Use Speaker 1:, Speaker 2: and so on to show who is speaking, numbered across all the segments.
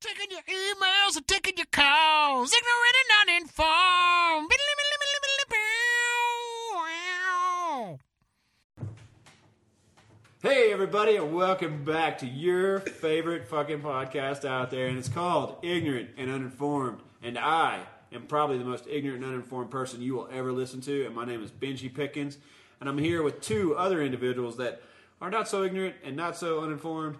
Speaker 1: Taking your emails and taking your calls. Ignorant and uninformed.
Speaker 2: Hey, everybody, and welcome back to your favorite fucking podcast out there, and it's called Ignorant and Uninformed. And I am probably the most ignorant and uninformed person you will ever listen to, and my name is Benji Pickens, and I'm here with two other individuals that are not so ignorant and not so uninformed,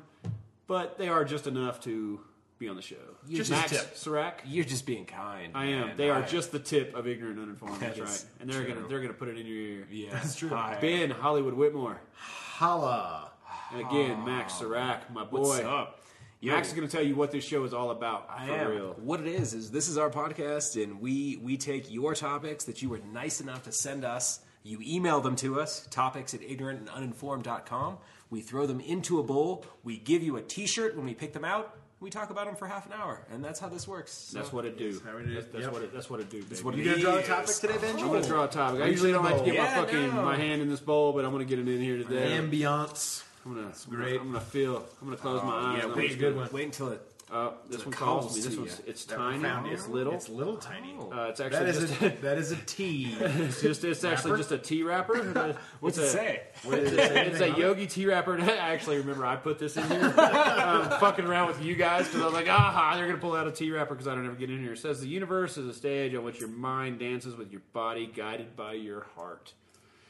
Speaker 2: but they are just enough to be on the show.
Speaker 3: Just
Speaker 2: Max
Speaker 3: a tip.
Speaker 2: Sirac.
Speaker 3: You're just being kind.
Speaker 2: I am.
Speaker 3: man.
Speaker 2: They are
Speaker 3: I-
Speaker 2: just the tip of ignorant and uninformed.
Speaker 3: That
Speaker 2: That's
Speaker 3: is
Speaker 2: right. And they're
Speaker 3: true.
Speaker 2: gonna they're gonna put it in your ear.
Speaker 3: Yeah, that's true. Hi.
Speaker 2: Ben Hollywood Whitmore.
Speaker 4: Holla.
Speaker 2: And again, Max Sirac, my boy.
Speaker 3: What's up? Yo,
Speaker 2: Max is going to tell you what this show is all about
Speaker 3: I
Speaker 2: for
Speaker 3: am.
Speaker 2: real.
Speaker 3: What it is is this is our podcast, and we we take your topics that you were nice enough to send us. You email them to us, topics at ignorantanduninformed.com. We throw them into a bowl. We give you a T-shirt when we pick them out. We talk about them for half an hour, and that's how this works. So-
Speaker 2: That's what it do. That's,
Speaker 4: how we do it.
Speaker 2: that's
Speaker 4: Yep.
Speaker 2: what it. That's what it do. Baby.
Speaker 3: what it
Speaker 4: You gonna draw a
Speaker 3: Yes.
Speaker 4: topic today, Benji?
Speaker 2: I'm going to draw a topic. I usually don't like to get my
Speaker 3: Yeah,
Speaker 2: fucking
Speaker 3: no.
Speaker 2: my hand in this bowl, but I'm going to get it in here today.
Speaker 4: Ambiance.
Speaker 2: I'm going to.
Speaker 4: great. Oh,
Speaker 2: I'm going to feel. I'm going to close my eyes. and I'm
Speaker 4: wait,
Speaker 2: just
Speaker 4: good
Speaker 2: gonna-
Speaker 4: one.
Speaker 3: Wait until it.
Speaker 2: Uh, this one
Speaker 3: calls
Speaker 2: calls me.
Speaker 3: to
Speaker 2: This
Speaker 3: you.
Speaker 2: one's it's
Speaker 4: That
Speaker 2: tiny.
Speaker 4: profound.
Speaker 2: It's little.
Speaker 4: It's little tiny.
Speaker 2: uh, it's
Speaker 4: That
Speaker 2: actually
Speaker 4: is
Speaker 2: just.
Speaker 4: a, that is a T.
Speaker 2: It's just it's actually
Speaker 4: Wrapper?
Speaker 2: just a tea wrapper.
Speaker 3: What's
Speaker 2: It's
Speaker 3: it
Speaker 2: a-
Speaker 3: say?
Speaker 2: It's a yogi tea wrapper. And I actually remember I put this in here, um, fucking around with you guys because I was like, aha, they're gonna pull out a tea wrapper because I don't ever get in here. It says the universe is a stage on which your mind dances with your body, guided by your heart.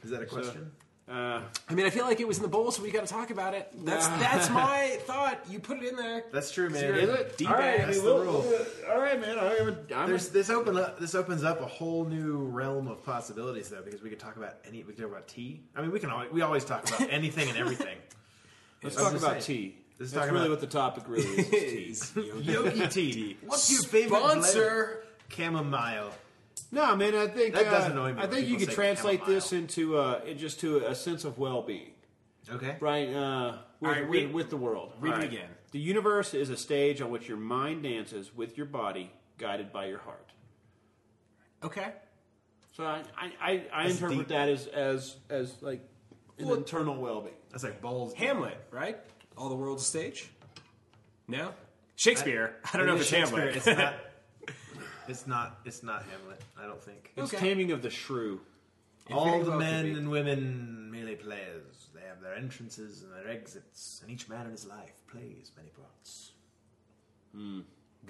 Speaker 4: Is that a question?
Speaker 2: Uh,
Speaker 3: I mean, I feel like it was in the bowl, so we got to talk about it. That's that's my thought. You put it in there.
Speaker 4: That's true, man.
Speaker 2: is it
Speaker 3: Deep
Speaker 2: all right?
Speaker 3: ass,
Speaker 2: I mean,
Speaker 4: the
Speaker 2: we'll-
Speaker 4: rule.
Speaker 2: we'll- all right, man. I haven't- I'm
Speaker 4: There's, this open up, this opens up a whole new realm of possibilities though because we could talk about any we could talk about tea. I mean we can always, we always talk about anything and everything.
Speaker 2: let's
Speaker 4: I was
Speaker 2: talk
Speaker 4: gonna
Speaker 2: about
Speaker 4: say,
Speaker 2: tea.
Speaker 4: let's
Speaker 2: That's
Speaker 4: talk
Speaker 2: really what
Speaker 4: about-
Speaker 2: the topic really is. is tea.
Speaker 4: Yogi tea. What's your favorite blend?
Speaker 3: Sponsor.
Speaker 4: Chamomile.
Speaker 2: No, man. I think
Speaker 4: That does
Speaker 2: uh,
Speaker 4: annoy me
Speaker 2: I
Speaker 4: when
Speaker 2: think you
Speaker 4: people
Speaker 2: could
Speaker 4: say
Speaker 2: translate
Speaker 4: chamomile.
Speaker 2: this into uh, it just to a sense of well-being.
Speaker 4: Okay.
Speaker 2: right uh, with,
Speaker 3: right,
Speaker 2: with,
Speaker 3: read-
Speaker 2: with the world
Speaker 3: read it
Speaker 2: All
Speaker 3: again.
Speaker 2: the universe is a stage on which your mind dances with your body guided by your heart
Speaker 3: Okay.
Speaker 2: so i, I, I, I
Speaker 4: That's
Speaker 2: interpret
Speaker 4: deep.
Speaker 2: that as as as like an
Speaker 3: Well-
Speaker 2: internal well-being
Speaker 4: That's like bold.
Speaker 3: Hamlet, right? All the world's a stage. No. Shakespeare. I, don't know if it's Hamlet.
Speaker 4: It's not. It's not. It's not Hamlet. I don't think.
Speaker 2: it's
Speaker 3: Okay.
Speaker 2: taming of the shrew
Speaker 4: All
Speaker 3: very
Speaker 4: the
Speaker 3: well could
Speaker 4: men
Speaker 3: be.
Speaker 4: and women merely players. They have their entrances and their exits, and each man in his life plays many parts.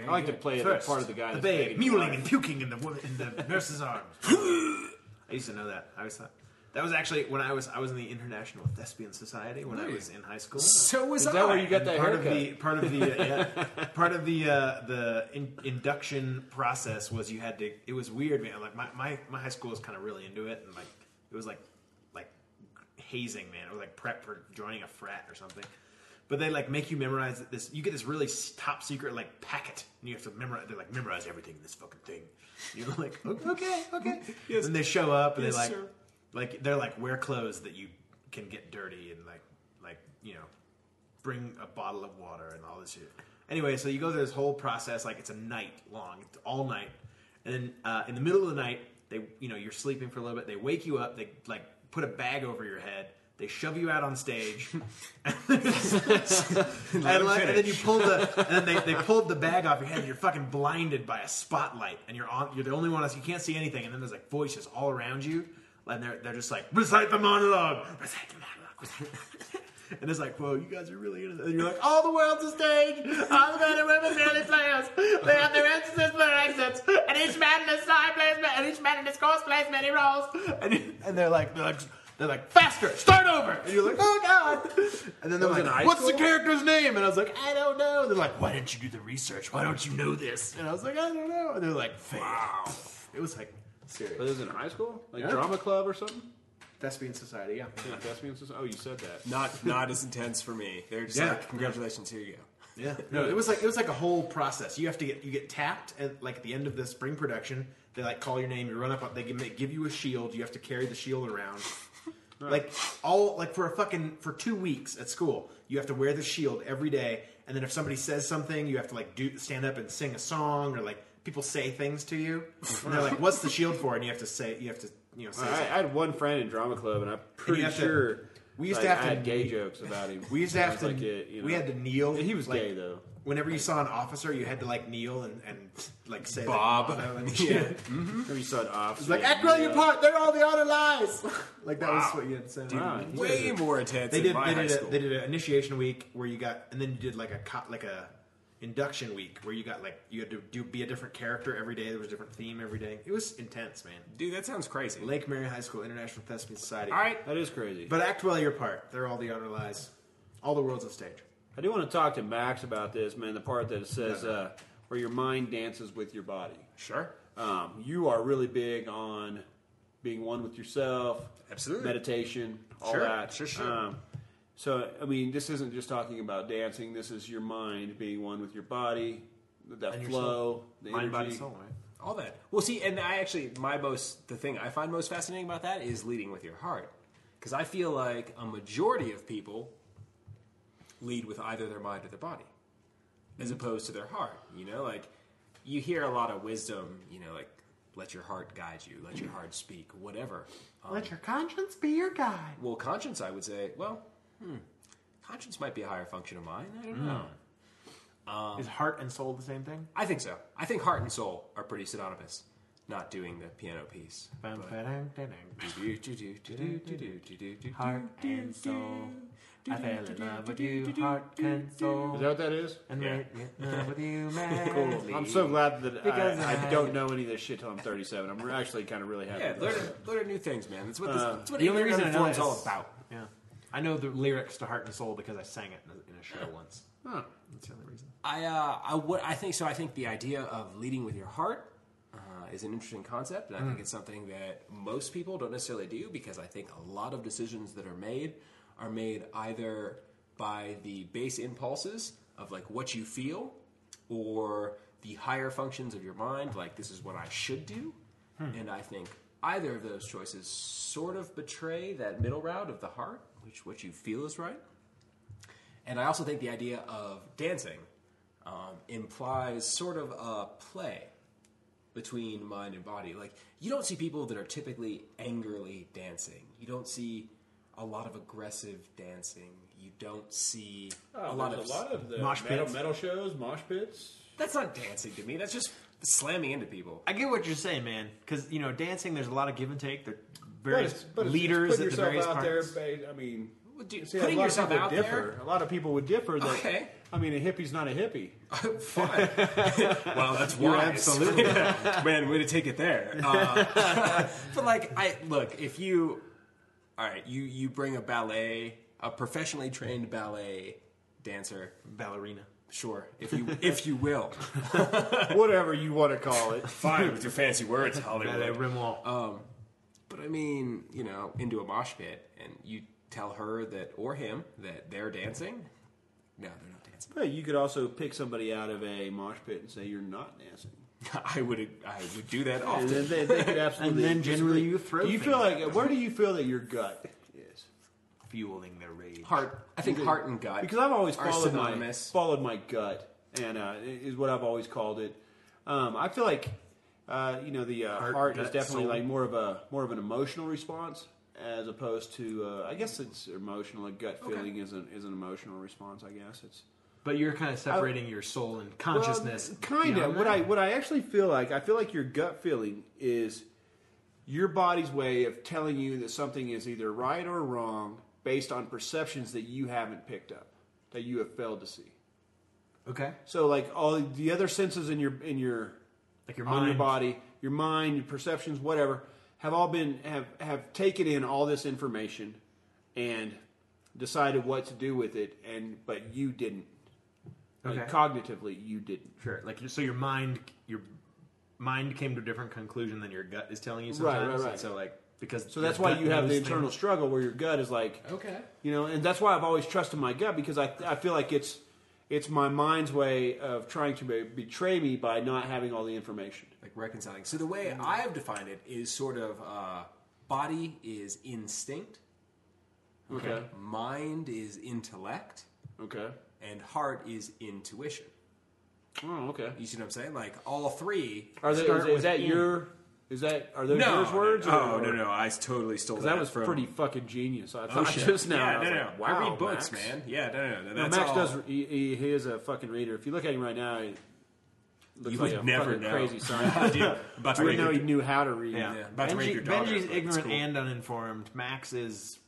Speaker 2: i like to play it as part of the guy
Speaker 4: the
Speaker 2: that's
Speaker 4: babe
Speaker 2: making it
Speaker 4: mewling
Speaker 2: right.
Speaker 4: and puking in the woman, in the nurse's arms. I used to know that. I always thought that was actually when I was I was in the International Thespian Society when I
Speaker 3: Really?
Speaker 4: was in high school.
Speaker 3: So was
Speaker 2: is that
Speaker 3: I.
Speaker 2: where you got that
Speaker 4: part
Speaker 2: haircut
Speaker 4: of the part of the uh, yeah, part of the uh, the in, induction process was you had to. It was weird, man. Like my, my, my high school was kind of really into it, and like it was like like hazing, man. It was like prep for joining a frat or something. But they like make you memorize this. You get this really s- top secret like packet, and you have to memorize. They like memorize everything in this fucking thing. You're like, okay, okay, okay.
Speaker 3: Yes.
Speaker 4: And they show up, and
Speaker 3: Yes,
Speaker 4: they like,
Speaker 3: sir.
Speaker 4: like they're like wear clothes that you can get dirty, and like, like you know, bring a bottle of water and all this shit. Anyway, so you go through this whole process like it's a night long, it's all night, and then uh, in the middle of the night, they you know you're sleeping for a little bit. They wake you up. They like put a bag over your head. They shove you out on stage, and, like, and then you pull the and then they, they pulled the bag off your head. and You're fucking blinded by a spotlight, and you're on. You're the only one else. You can't see anything, and then there's like voices all around you, and they're they're just like recite the monologue, recite the monologue. recite the monologue." And it's like, whoa, you guys are really into that. And you're like, all the world's a stage. All the men and women merely players. They have their entrances and their exits. And each man in his side plays, ma- and each man in his course plays many roles. And, you- and they're like, they're like, they're like, faster, start over. And you're like, oh god. And then they're
Speaker 2: was in high
Speaker 4: like, what's the
Speaker 2: school?
Speaker 4: character's name? And I was like, I don't know. And they're like, why didn't you do the research? Why don't you know this? And I was like, I don't know. And they're like, fake. It was like
Speaker 2: but
Speaker 4: serious.
Speaker 2: this is in high school like
Speaker 4: Yeah.
Speaker 2: drama club or something
Speaker 4: Thespian society, yeah.
Speaker 2: Yeah, thespian society? oh you said that
Speaker 3: Not not as intense for me. They're just
Speaker 4: Yeah.
Speaker 3: like, congratulations, here you go.
Speaker 4: Yeah, no, it was like it was like a whole process. You have to get you get tapped, and like at the end of the spring production, they like call your name. You run up, they give, they give you a shield. You have to carry the shield around, like all like for a fucking for two weeks at school. You have to wear the shield every day, and then if somebody says something, you have to like do stand up and sing a song, or like people say things to you, and they're like, "What's the shield for?" And you have to say, you have to you know say.
Speaker 2: I,
Speaker 4: something.
Speaker 2: I had one friend in drama club and i'm pretty
Speaker 4: have to-
Speaker 2: sure
Speaker 4: we used
Speaker 2: like,
Speaker 4: to have
Speaker 2: I
Speaker 4: to-
Speaker 2: had gay jokes about him
Speaker 4: we used to
Speaker 2: I
Speaker 4: have
Speaker 2: was
Speaker 4: to
Speaker 2: like, yeah, you
Speaker 4: we
Speaker 2: know.
Speaker 4: had to kneel.
Speaker 2: he was
Speaker 4: like,
Speaker 2: gay though
Speaker 4: whenever you saw an officer, you had to like kneel and, and like say like,
Speaker 3: Bob.
Speaker 4: "Motto" and shit.
Speaker 2: Maybe you saw it off.
Speaker 4: It's like, act right your part. They're all the honor lies. like that was
Speaker 2: Wow.
Speaker 4: what you had to say.
Speaker 2: Wow. You guys
Speaker 3: Way more intense.
Speaker 4: They
Speaker 3: in
Speaker 4: did.
Speaker 3: my
Speaker 4: They
Speaker 3: high
Speaker 4: did, a,
Speaker 3: school.
Speaker 4: they did an initiation week where you got, and then you did like a co- like a induction week where you got like you had to do be a different character every day. There was a different theme every day. It was intense, man.
Speaker 3: Dude, that sounds crazy.
Speaker 4: Lake Mary High School International Thespian Society.
Speaker 3: All right.
Speaker 2: That is crazy.
Speaker 4: but act well your part. They're all the honor lies. All the world's a stage.
Speaker 2: I do want to talk to Max about this, man. The part that says uh, where your mind dances with your body.
Speaker 3: Sure.
Speaker 2: Um, you are really big on being one with yourself.
Speaker 3: Absolutely.
Speaker 2: Meditation, all
Speaker 3: Sure,
Speaker 2: that.
Speaker 3: sure, sure.
Speaker 2: Um, so, I mean, this isn't just talking about dancing. This is your mind being one with your body, that
Speaker 4: And your
Speaker 2: flow, the
Speaker 4: Mind,
Speaker 2: energy.
Speaker 4: body, soul, right?
Speaker 3: All that. Well, see, and I actually, my most, the thing I find most fascinating about that is leading with your heart. Because I feel like a majority of people lead with either their mind or their body, as opposed to their heart. You know, like, you hear a lot of wisdom, you know, like, let your heart guide you, let your heart speak, whatever. Um,
Speaker 4: Let your conscience be your guide.
Speaker 3: well, conscience, I would say, well, hmm, conscience might be a higher function of mine. I don't know.
Speaker 2: Um,
Speaker 4: Is heart and soul the same thing?
Speaker 3: I think so. I think heart and soul are pretty synonymous. Not doing the piano piece. but-
Speaker 4: Heart and soul. I fell in love with you, heart and soul.
Speaker 2: Is that what that is?
Speaker 4: And
Speaker 3: Yeah.
Speaker 4: made me in love with you, madly.
Speaker 2: Cool. I'm so glad that
Speaker 4: Because
Speaker 2: I, I
Speaker 4: I-
Speaker 2: don't know any of this shit till I'm 37. I'm actually kind of really happy.
Speaker 3: Yeah,
Speaker 2: with
Speaker 3: learn,
Speaker 2: this.
Speaker 3: learn new things, man. That's what this,
Speaker 2: Uh,
Speaker 3: that's what
Speaker 4: the only
Speaker 3: ignorant
Speaker 4: reason I know
Speaker 3: inform's
Speaker 4: is-
Speaker 3: all about.
Speaker 4: Yeah. I know the lyrics to Heart and Soul because I sang it in a- in a show once.
Speaker 2: Huh.
Speaker 4: That's the only reason.
Speaker 3: I, uh, I, what I think so. I think the idea of leading with your heart uh, is an interesting concept, and I think it's something that most people don't necessarily do because I think a lot of decisions that are made are made either by the base impulses of like what you feel or the higher functions of your mind, like this is what I should do. And I think either of those choices sort of betray that middle route of the heart, which what you feel is right. And I also think the idea of dancing um, implies sort of a play between mind and body. Like, you don't see people that are typically angrily dancing. You don't see a lot of aggressive dancing. You don't see
Speaker 2: Oh,
Speaker 3: a lot of.
Speaker 2: of the
Speaker 4: Mosh metal- pits.
Speaker 2: metal shows, mosh pits.
Speaker 3: That's not dancing to me. That's just slamming into people.
Speaker 4: I get what you're saying, man. Because, you know, dancing, there's a lot of give and take. There
Speaker 2: But
Speaker 4: various
Speaker 2: it's- but it's- it's
Speaker 4: leaders
Speaker 2: putting
Speaker 4: at the various
Speaker 2: yourself out
Speaker 4: parts.
Speaker 2: There, ba- I mean,
Speaker 3: Dude,
Speaker 2: see, a
Speaker 3: putting
Speaker 2: lot of
Speaker 3: yourself
Speaker 2: people
Speaker 3: out
Speaker 2: differ.
Speaker 3: there.
Speaker 2: A lot of people would differ. That,
Speaker 3: Okay.
Speaker 2: I mean, a hippie's not a hippie.
Speaker 3: Fine. well, that's wise.
Speaker 4: absolutely
Speaker 3: Man, way to take it there. Uh, but like, I look if you, all right, you you bring a ballet, a professionally trained ballet dancer,
Speaker 4: ballerina.
Speaker 3: sure, if you if you will,
Speaker 2: Whatever you want to call it.
Speaker 3: fine with your fancy words,
Speaker 4: Ballet Rimoir.
Speaker 3: But I mean, you know, into a mosh pit, and you tell her that or him that they're dancing. No, they're not dancing.
Speaker 2: But you could also pick somebody out of a mosh pit and say you're not dancing.
Speaker 3: I would I would do that
Speaker 2: And
Speaker 3: often.
Speaker 2: then they, they could absolutely.
Speaker 4: then generally
Speaker 2: disagree.
Speaker 4: you throw
Speaker 2: Do you
Speaker 4: things
Speaker 2: feel like where do you feel that your gut is?
Speaker 4: fueling their rage.
Speaker 3: Heart, I think heart and gut.
Speaker 2: Because I've always
Speaker 3: are
Speaker 2: followed my,
Speaker 3: synonymous.
Speaker 2: followed my gut, and uh, is what I've always called it. Um, I feel like uh, you know the uh, heart,
Speaker 4: Heart,
Speaker 2: is
Speaker 4: gut,
Speaker 2: definitely
Speaker 4: soul.
Speaker 2: like more of a more of an emotional response as opposed to uh, I guess it's emotional. A gut feeling is an is an emotional response. I guess it's
Speaker 4: But you're kind of separating your soul and consciousness.
Speaker 2: kind
Speaker 4: beyond
Speaker 2: of what
Speaker 4: that.
Speaker 2: I what I actually feel like. I feel like your gut feeling is your body's way of telling you that something is either right or wrong based on perceptions that you haven't picked up that you have failed to see.
Speaker 4: Okay.
Speaker 2: So like all the other senses in your in your
Speaker 4: Like your
Speaker 2: on
Speaker 4: mind.
Speaker 2: your body, your mind, your perceptions, whatever, have all been have have taken in all this information and decided what to do with it and but you didn't. Like,
Speaker 4: Okay.
Speaker 2: cognitively you didn't.
Speaker 4: Sure. Like your- so, your mind, your mind came to a different conclusion than your gut is telling you.
Speaker 2: Right,
Speaker 4: Sometimes.
Speaker 2: right, right.
Speaker 4: And so like because
Speaker 2: So
Speaker 4: your
Speaker 2: that's why
Speaker 4: gut
Speaker 2: you have
Speaker 4: knows
Speaker 2: the
Speaker 4: things.
Speaker 2: internal struggle where your gut is like
Speaker 3: Okay.
Speaker 2: You know, and that's why I've always trusted my gut because I I feel like it's it's my mind's way of trying to be- betray me by not having all the information.
Speaker 3: like reconciling. So the way
Speaker 2: Mm.
Speaker 3: I've defined it is sort of uh, body is instinct,
Speaker 2: Okay.
Speaker 3: mind is intellect,
Speaker 2: Okay.
Speaker 3: and heart is intuition.
Speaker 2: Oh, okay.
Speaker 3: You see what I'm saying? Like all three.
Speaker 2: Are they,
Speaker 4: Start
Speaker 2: is, is
Speaker 4: with
Speaker 2: that
Speaker 4: in.
Speaker 2: your Is that are those
Speaker 3: No,
Speaker 2: yours words?
Speaker 3: Oh, no, no,
Speaker 2: or-
Speaker 3: no, no, I totally stole
Speaker 2: 'Cause
Speaker 3: that.
Speaker 2: That was
Speaker 3: from,
Speaker 2: pretty fucking genius. I
Speaker 3: Oh,
Speaker 2: thought
Speaker 3: shit.
Speaker 2: just now. and I
Speaker 3: Yeah,
Speaker 2: was
Speaker 3: no, no.
Speaker 2: like,
Speaker 3: Why
Speaker 2: wow,
Speaker 3: read books,
Speaker 2: Max.
Speaker 3: man? Yeah, no, no, no.
Speaker 2: No,
Speaker 3: That's
Speaker 2: Max
Speaker 3: all.
Speaker 2: does. He, he, he is a fucking reader. If you look at him right now, he looks
Speaker 3: You
Speaker 2: like
Speaker 3: would
Speaker 2: a
Speaker 3: never
Speaker 2: fucking
Speaker 3: know.
Speaker 2: crazy scientist.
Speaker 3: Dude, about
Speaker 2: I
Speaker 3: to
Speaker 2: didn't
Speaker 3: read
Speaker 2: know
Speaker 3: your,
Speaker 2: he knew how to read.
Speaker 3: yeah,
Speaker 2: Yeah.
Speaker 3: about to rape
Speaker 4: Benji-
Speaker 3: your daughter.
Speaker 4: Benji's
Speaker 3: but it's
Speaker 4: ignorant
Speaker 3: cool.
Speaker 4: and uninformed. Max is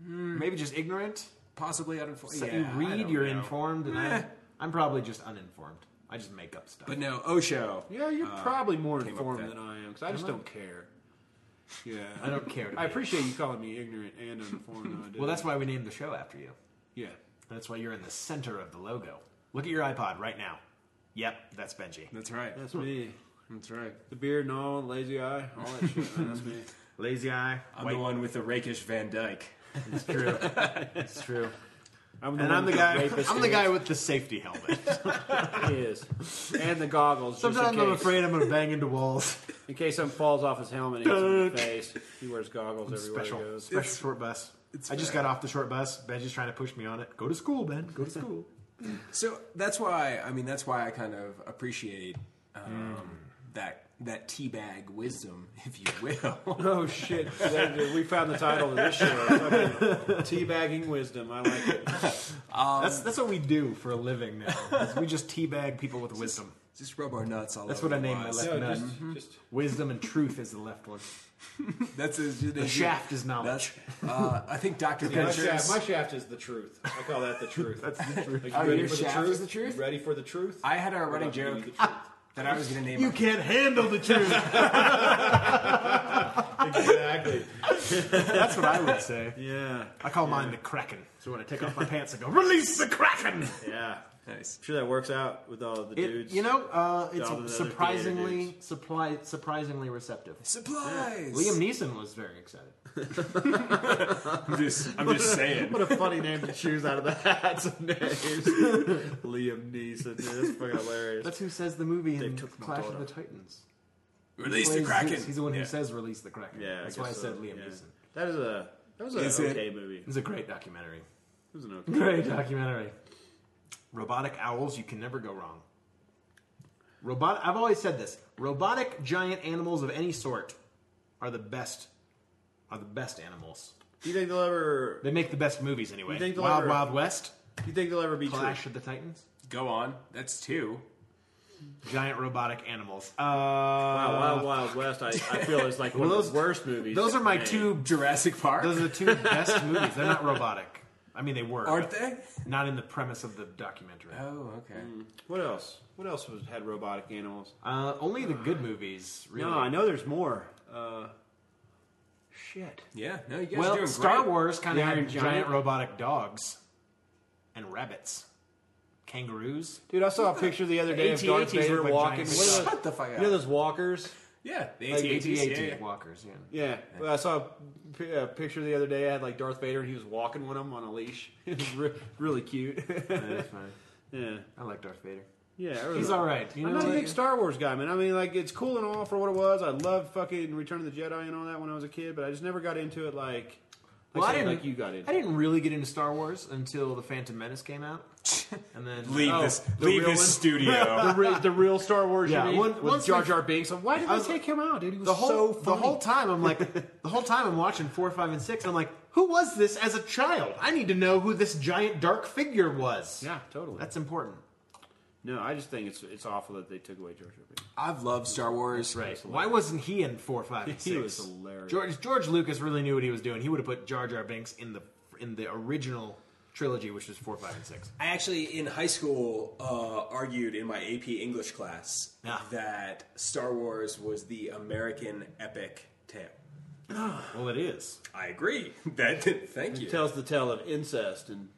Speaker 4: maybe just ignorant.
Speaker 3: possibly uninformed.
Speaker 4: So
Speaker 3: Hmm. yeah, I
Speaker 4: you read,
Speaker 3: don't
Speaker 4: you're
Speaker 3: know.
Speaker 4: informed, and
Speaker 3: Eh.
Speaker 4: I, I'm probably just uninformed. I just make up stuff.
Speaker 3: But no, Osho.
Speaker 2: you're probably more
Speaker 3: Uh, up with
Speaker 2: informed
Speaker 3: that. Uh-huh.
Speaker 2: than I am because I just don't care. Yeah,
Speaker 4: I don't care. To
Speaker 2: I
Speaker 4: be.
Speaker 2: appreciate you calling me ignorant and uninformed. though, I did.
Speaker 4: Well, that's why we named the show after you.
Speaker 2: yeah.
Speaker 4: That's why you're in the center of the logo. Look at your iPod right now. Yep, that's Benji.
Speaker 3: That's right.
Speaker 2: That's me.
Speaker 3: That's right.
Speaker 2: The beard and all, lazy eye, all that shit. man, that's me.
Speaker 4: Lazy eye.
Speaker 3: I'm
Speaker 4: white.
Speaker 3: the one with the rakish Van Dyke.
Speaker 4: It's true. it's true.
Speaker 2: I'm
Speaker 4: And
Speaker 2: one
Speaker 4: I'm the
Speaker 2: with
Speaker 4: guy.
Speaker 2: rapist
Speaker 4: I'm the guy with the safety helmet.
Speaker 2: ears. and the goggles. just
Speaker 4: Sometimes
Speaker 2: in
Speaker 4: I'm
Speaker 2: case.
Speaker 4: afraid I'm gonna bang into walls.
Speaker 2: In case something falls off his helmet and hits him in the face, he wears goggles everywhere
Speaker 4: special,
Speaker 2: he goes.
Speaker 4: special short bus. I just got off the short bus. Benji's trying to push me on it. Go to school, Ben. Go to school.
Speaker 3: So that's why I mean that's why I kind of appreciate um,
Speaker 4: Mm.
Speaker 3: that that teabag wisdom, if you will.
Speaker 2: Oh shit! That- We found the title of this show. Fucking Teabagging wisdom. I like it.
Speaker 4: that's that's what we do for a living now. is we just teabag people with wisdom.
Speaker 3: Just rub our nuts all
Speaker 4: That's
Speaker 3: over
Speaker 4: what I
Speaker 3: the
Speaker 4: named my
Speaker 3: wise.
Speaker 4: left
Speaker 2: No,
Speaker 4: nut.
Speaker 2: just, just
Speaker 4: Wisdom and truth is the left one.
Speaker 3: That's a,
Speaker 4: The shaft is knowledge.
Speaker 3: That's, uh, I think Doctor
Speaker 2: my shaft,
Speaker 3: Ventures.
Speaker 2: my shaft is the truth. I call that the truth. That's the truth.
Speaker 3: Oh, your shaft is the truth?
Speaker 2: Ready for the truth?
Speaker 3: I had a
Speaker 2: We're
Speaker 3: running
Speaker 2: about to give
Speaker 3: joke
Speaker 2: you the truth.
Speaker 3: that I was going to name.
Speaker 4: You can't handle the truth.
Speaker 2: exactly.
Speaker 4: That's what I would say.
Speaker 2: Yeah.
Speaker 4: I call mine the Kraken. So when I take off my pants, I go, "Release the Kraken."
Speaker 2: Yeah.
Speaker 3: nice.
Speaker 2: I'm sure that works out with all the
Speaker 4: It-
Speaker 2: dudes.
Speaker 4: you know, uh,
Speaker 2: All the other
Speaker 4: it's
Speaker 2: theater
Speaker 4: surprisingly
Speaker 2: dudes.
Speaker 4: supply, surprisingly receptive.
Speaker 3: Supplies.
Speaker 4: Liam Neeson was very excited.
Speaker 3: I'm just, I'm just saying.
Speaker 2: What a funny name to choose out of the hats of names. Liam Neeson. Dude, that's fucking hilarious.
Speaker 4: That's who says the movie in
Speaker 2: took my
Speaker 4: Clash of
Speaker 2: daughter.
Speaker 4: the Titans.
Speaker 3: Release
Speaker 4: Plays
Speaker 3: the Kraken.
Speaker 4: Zeus. He's the one who
Speaker 3: Yeah.
Speaker 4: says "Release the Kraken."
Speaker 2: yeah,
Speaker 4: that's
Speaker 2: I
Speaker 4: why I
Speaker 2: guess
Speaker 4: said
Speaker 2: so.
Speaker 4: Liam
Speaker 2: Yeah.
Speaker 4: Neeson.
Speaker 2: That is a that was
Speaker 3: Is
Speaker 2: an
Speaker 3: it-
Speaker 2: okay movie.
Speaker 4: It's a great documentary.
Speaker 2: It was an okay.
Speaker 4: Great documentary. Robotic owls, you can never go wrong. Robot. I've always said this. Robotic giant animals of any sort are the best. Are the best animals.
Speaker 2: Do you think they'll ever?
Speaker 4: They make the best movies anyway.
Speaker 2: You think they'll
Speaker 4: Wild
Speaker 2: ever-
Speaker 4: Wild West,
Speaker 2: Do you think they'll ever be
Speaker 4: Clash of the Titans,
Speaker 3: Go on. That's two.
Speaker 4: giant robotic animals. Uh,
Speaker 2: Wow, Wild Wild West, I, I feel is like one
Speaker 4: Well,
Speaker 2: of
Speaker 4: those-
Speaker 2: the worst movies.
Speaker 4: Those are my
Speaker 2: made.
Speaker 4: two.
Speaker 3: Jurassic Park.
Speaker 4: Those are the two best movies. They're not robotic. I mean, they were.
Speaker 3: Aren't they?
Speaker 4: Not in the premise of the documentary.
Speaker 2: Uh,
Speaker 3: Oh, okay.
Speaker 4: Mm.
Speaker 2: What else? What else was, had robotic animals?
Speaker 4: Uh, only the good movies, really.
Speaker 2: No, I know there's more. Uh, shit.
Speaker 3: Yeah. No, you guys are
Speaker 4: Well,
Speaker 3: doing
Speaker 4: Star
Speaker 3: great.
Speaker 4: Wars kind
Speaker 2: The
Speaker 4: of had
Speaker 2: Iron
Speaker 4: giant,
Speaker 2: Giant.
Speaker 4: robotic dogs and rabbits, kangaroos.
Speaker 2: Dude, I saw a picture the other day of Darth
Speaker 4: 1880s
Speaker 2: Vader
Speaker 4: were
Speaker 2: walking.
Speaker 4: giant
Speaker 2: What are those-
Speaker 3: Shut the fuck
Speaker 2: You
Speaker 3: up.
Speaker 2: know those walkers?
Speaker 3: Yeah, the
Speaker 2: Like
Speaker 3: AT-ATs. yeah, yeah.
Speaker 4: walkers. Yeah.
Speaker 2: Yeah. Well, I saw a, pi- a picture the other day. I had like Darth Vader, and he was walking one of them on a leash. It was re- really cute.
Speaker 4: That's funny.
Speaker 2: yeah.
Speaker 4: I like Darth Vader.
Speaker 2: Yeah. I really
Speaker 4: He's
Speaker 2: like-
Speaker 4: all right. You
Speaker 2: I'm
Speaker 4: know
Speaker 2: not a
Speaker 4: what?
Speaker 2: big Star Wars guy, man. I mean, like, it's cool and all for what it was. I loved fucking Return of the Jedi and all that when I was a kid, but I just never got into it like, like,
Speaker 4: Well, I
Speaker 2: say,
Speaker 4: didn't-
Speaker 2: like you got into
Speaker 4: I didn't really get into Star Wars until The Phantom Menace came out, and then
Speaker 3: Leave
Speaker 2: Oh,
Speaker 3: this.
Speaker 2: the
Speaker 3: Leave
Speaker 2: real
Speaker 3: this
Speaker 2: one?
Speaker 3: studio.
Speaker 2: The, re- the real Star Wars,
Speaker 4: Yeah,
Speaker 2: yeah. You mean,
Speaker 4: one-
Speaker 2: with
Speaker 4: once
Speaker 2: Jar
Speaker 4: we-
Speaker 2: Jar Binks. I'm, Why did
Speaker 4: I
Speaker 2: they
Speaker 4: was-
Speaker 2: take him out, dude? He was
Speaker 4: the whole
Speaker 2: so
Speaker 4: the
Speaker 2: funny.
Speaker 4: whole time I'm like the whole time I'm watching four, five, and six. I'm like, who was this as a child? I need to know who this giant dark figure was.
Speaker 2: Yeah, totally.
Speaker 4: that's important.
Speaker 2: no, I just think it's it's awful that they took away Jar Jar Binks.
Speaker 3: I've loved Star Wars.
Speaker 4: Why wasn't he in four, five, and
Speaker 2: He
Speaker 4: six?
Speaker 2: was hilarious.
Speaker 4: George George Lucas really knew what he was doing. He would have put Jar Jar Binks in the in the original trilogy, which was four, five, and six.
Speaker 3: I actually, in high school, uh, argued in my AP English class
Speaker 4: Ah.
Speaker 3: that Star Wars was the American epic tale.
Speaker 4: Well, it is.
Speaker 3: I agree. That thank you.
Speaker 2: It tells the tale of incest and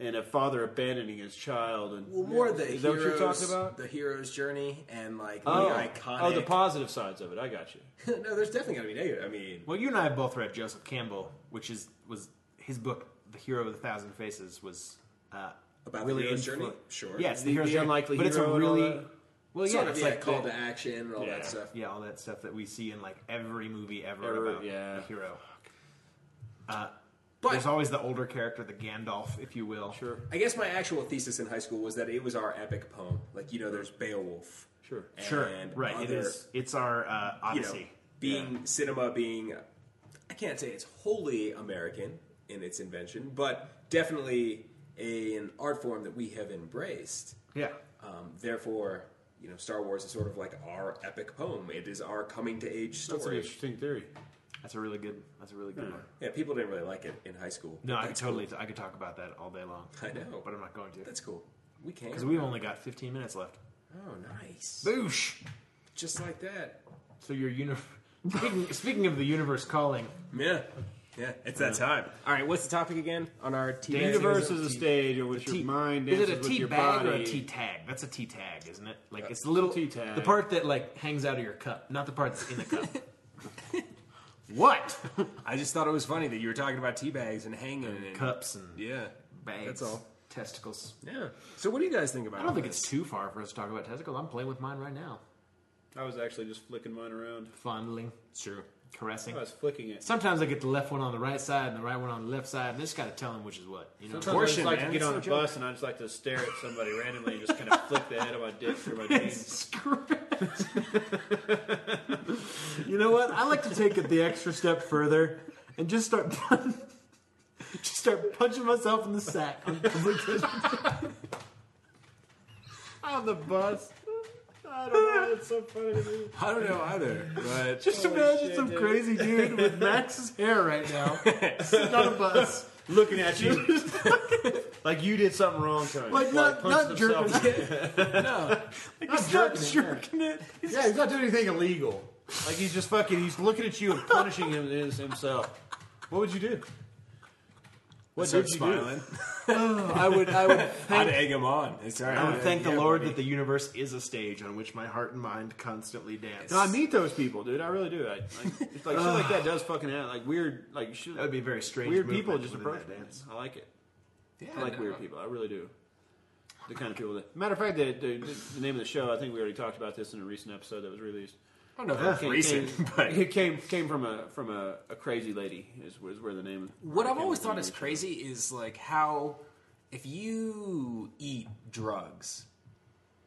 Speaker 2: and a father abandoning his child and
Speaker 3: well, more the
Speaker 2: is that
Speaker 3: heroes,
Speaker 2: what you're talking about?
Speaker 3: the hero's journey and like
Speaker 2: oh,
Speaker 3: the iconic.
Speaker 2: oh, the positive sides of it. I got you.
Speaker 3: no, there's definitely gonna be negative. I mean,
Speaker 4: Well, you and I have both read Joseph Campbell, which is was his book, The Hero of a Thousand Faces, was uh,
Speaker 3: About the
Speaker 4: really
Speaker 3: hero's
Speaker 4: influ-
Speaker 3: journey? Sure.
Speaker 4: yeah, it's the,
Speaker 2: The-
Speaker 4: hero's
Speaker 2: the
Speaker 4: journey,
Speaker 2: unlikely
Speaker 4: but
Speaker 2: hero
Speaker 4: it's
Speaker 2: and
Speaker 4: a
Speaker 2: all
Speaker 4: really
Speaker 2: that?
Speaker 4: well, yeah,
Speaker 3: sort of
Speaker 4: it's
Speaker 3: yeah,
Speaker 4: like
Speaker 3: call
Speaker 4: the-
Speaker 3: to action and all
Speaker 2: Yeah.
Speaker 3: that stuff.
Speaker 4: yeah, all that stuff that we see in like every movie ever
Speaker 2: Ever,
Speaker 4: about
Speaker 2: yeah.
Speaker 4: the hero.
Speaker 3: But
Speaker 4: There's always the older character, the Gandalf, if you will.
Speaker 2: Sure,
Speaker 3: I guess my actual thesis in high school was that it was our epic poem. Like you know, there's Beowulf.
Speaker 2: sure.
Speaker 3: And
Speaker 4: sure, right. it
Speaker 3: other-
Speaker 4: is. It's our uh,
Speaker 3: you know,
Speaker 4: Odyssey.
Speaker 3: being cinema being I can't say it's wholly American in its invention, but definitely a, an art form that we have embraced.
Speaker 4: Yeah.
Speaker 3: Um, therefore, you know, Star Wars is sort of like our epic poem. It is our coming to age
Speaker 2: That's an
Speaker 3: story.
Speaker 2: interesting theory.
Speaker 4: That's a really good. That's a really good one.
Speaker 3: Yeah, people didn't really like it in high school.
Speaker 4: No, I could
Speaker 3: Hmm. That's
Speaker 4: totally. I could talk about that all day long.
Speaker 3: I know.
Speaker 4: but I'm not going to.
Speaker 3: cool. That's cool. We can.
Speaker 4: Because we've only got 15 minutes left.
Speaker 3: Oh, nice.
Speaker 4: Boosh!
Speaker 3: Just like that.
Speaker 4: So your universe. Speaking, speaking of the universe calling,
Speaker 3: Yeah. Yeah, it's that time. All right, what's the topic again on our
Speaker 2: The
Speaker 3: TV?
Speaker 2: universe is a stage in which your
Speaker 4: tea-
Speaker 2: mind
Speaker 4: is
Speaker 2: dances
Speaker 4: it a
Speaker 2: with
Speaker 4: tea
Speaker 2: your
Speaker 4: bag
Speaker 2: body.
Speaker 4: or a tea tag? That's a tea tag, isn't it? Like it's the little
Speaker 2: tea tag.
Speaker 4: the part that like hangs out of your cup, not the part that's in the cup. what
Speaker 3: I just thought it was funny that you were talking about tea bags and hanging and
Speaker 4: cups and
Speaker 3: Yeah,
Speaker 4: bags?
Speaker 3: That's all.
Speaker 4: Testicles.
Speaker 3: Yeah. So what do you guys think about?
Speaker 4: I don't think
Speaker 3: this?
Speaker 4: it's too far for us to talk about testicles. I'm playing with mine right now,
Speaker 2: I was actually just flicking mine around.
Speaker 4: fondling,
Speaker 3: it's true.
Speaker 4: caressing.
Speaker 2: I was flicking it.
Speaker 4: Sometimes I get the left one on the right side and the right one on the left side, and I just got to tell them which is what. You know,
Speaker 2: Sometimes I
Speaker 3: Abortion,
Speaker 2: just like
Speaker 3: man,
Speaker 2: to get
Speaker 3: it's
Speaker 2: on
Speaker 3: no
Speaker 2: a bus and I just like to stare at somebody randomly and just kind of flick the head of my dick through my jeans.
Speaker 4: Screw it. you know what? I like to take it the extra step further and just start pun- just start punching myself in the sack on public transportation. on the bus.
Speaker 2: I don't know. It's so funny to me.
Speaker 3: I don't know either, but
Speaker 4: Just
Speaker 2: Holy
Speaker 4: imagine
Speaker 2: shit,
Speaker 4: some
Speaker 2: dude.
Speaker 4: crazy dude with Max's hair right now sitting on a bus.
Speaker 2: Looking at you like you did something wrong to him.
Speaker 4: Like, not,
Speaker 2: punched
Speaker 4: not
Speaker 2: himself.
Speaker 4: jerking it. no. Like he's not jerking it. He's
Speaker 2: Yeah, he's not doing anything illegal. Like he's just fucking. He's looking at you and punishing him his- himself. What would you do? What
Speaker 3: start
Speaker 2: did you
Speaker 3: smiling.
Speaker 4: Oh, I would I would
Speaker 3: I'd egg him on. It's all right.
Speaker 4: I would thank the
Speaker 3: Yeah,
Speaker 4: Lord
Speaker 3: buddy.
Speaker 4: that the universe is a stage on which my heart and mind constantly dance.
Speaker 2: do? No, I meet those people, dude. I really do. I, like, it's like shit like that does fucking happen. Like weird, like shit.
Speaker 4: that would be a very strange.
Speaker 2: weird people
Speaker 4: movement
Speaker 2: just
Speaker 4: within
Speaker 2: approach
Speaker 4: that
Speaker 2: me.
Speaker 4: dance.
Speaker 2: I like it.
Speaker 3: Yeah,
Speaker 2: I like
Speaker 3: no.
Speaker 2: weird people. I really do. The kind of people that. Matter of fact, the, the, the name of the show. I think we already talked about this in a recent episode that was released.
Speaker 3: I don't know if that's
Speaker 2: Came-
Speaker 3: recent,
Speaker 2: came,
Speaker 3: but
Speaker 2: it came came from a from a, a crazy lady is, is where the name.
Speaker 3: What I've
Speaker 2: came
Speaker 3: always
Speaker 2: from
Speaker 3: thought is
Speaker 2: originally.
Speaker 3: crazy is like how if you eat drugs,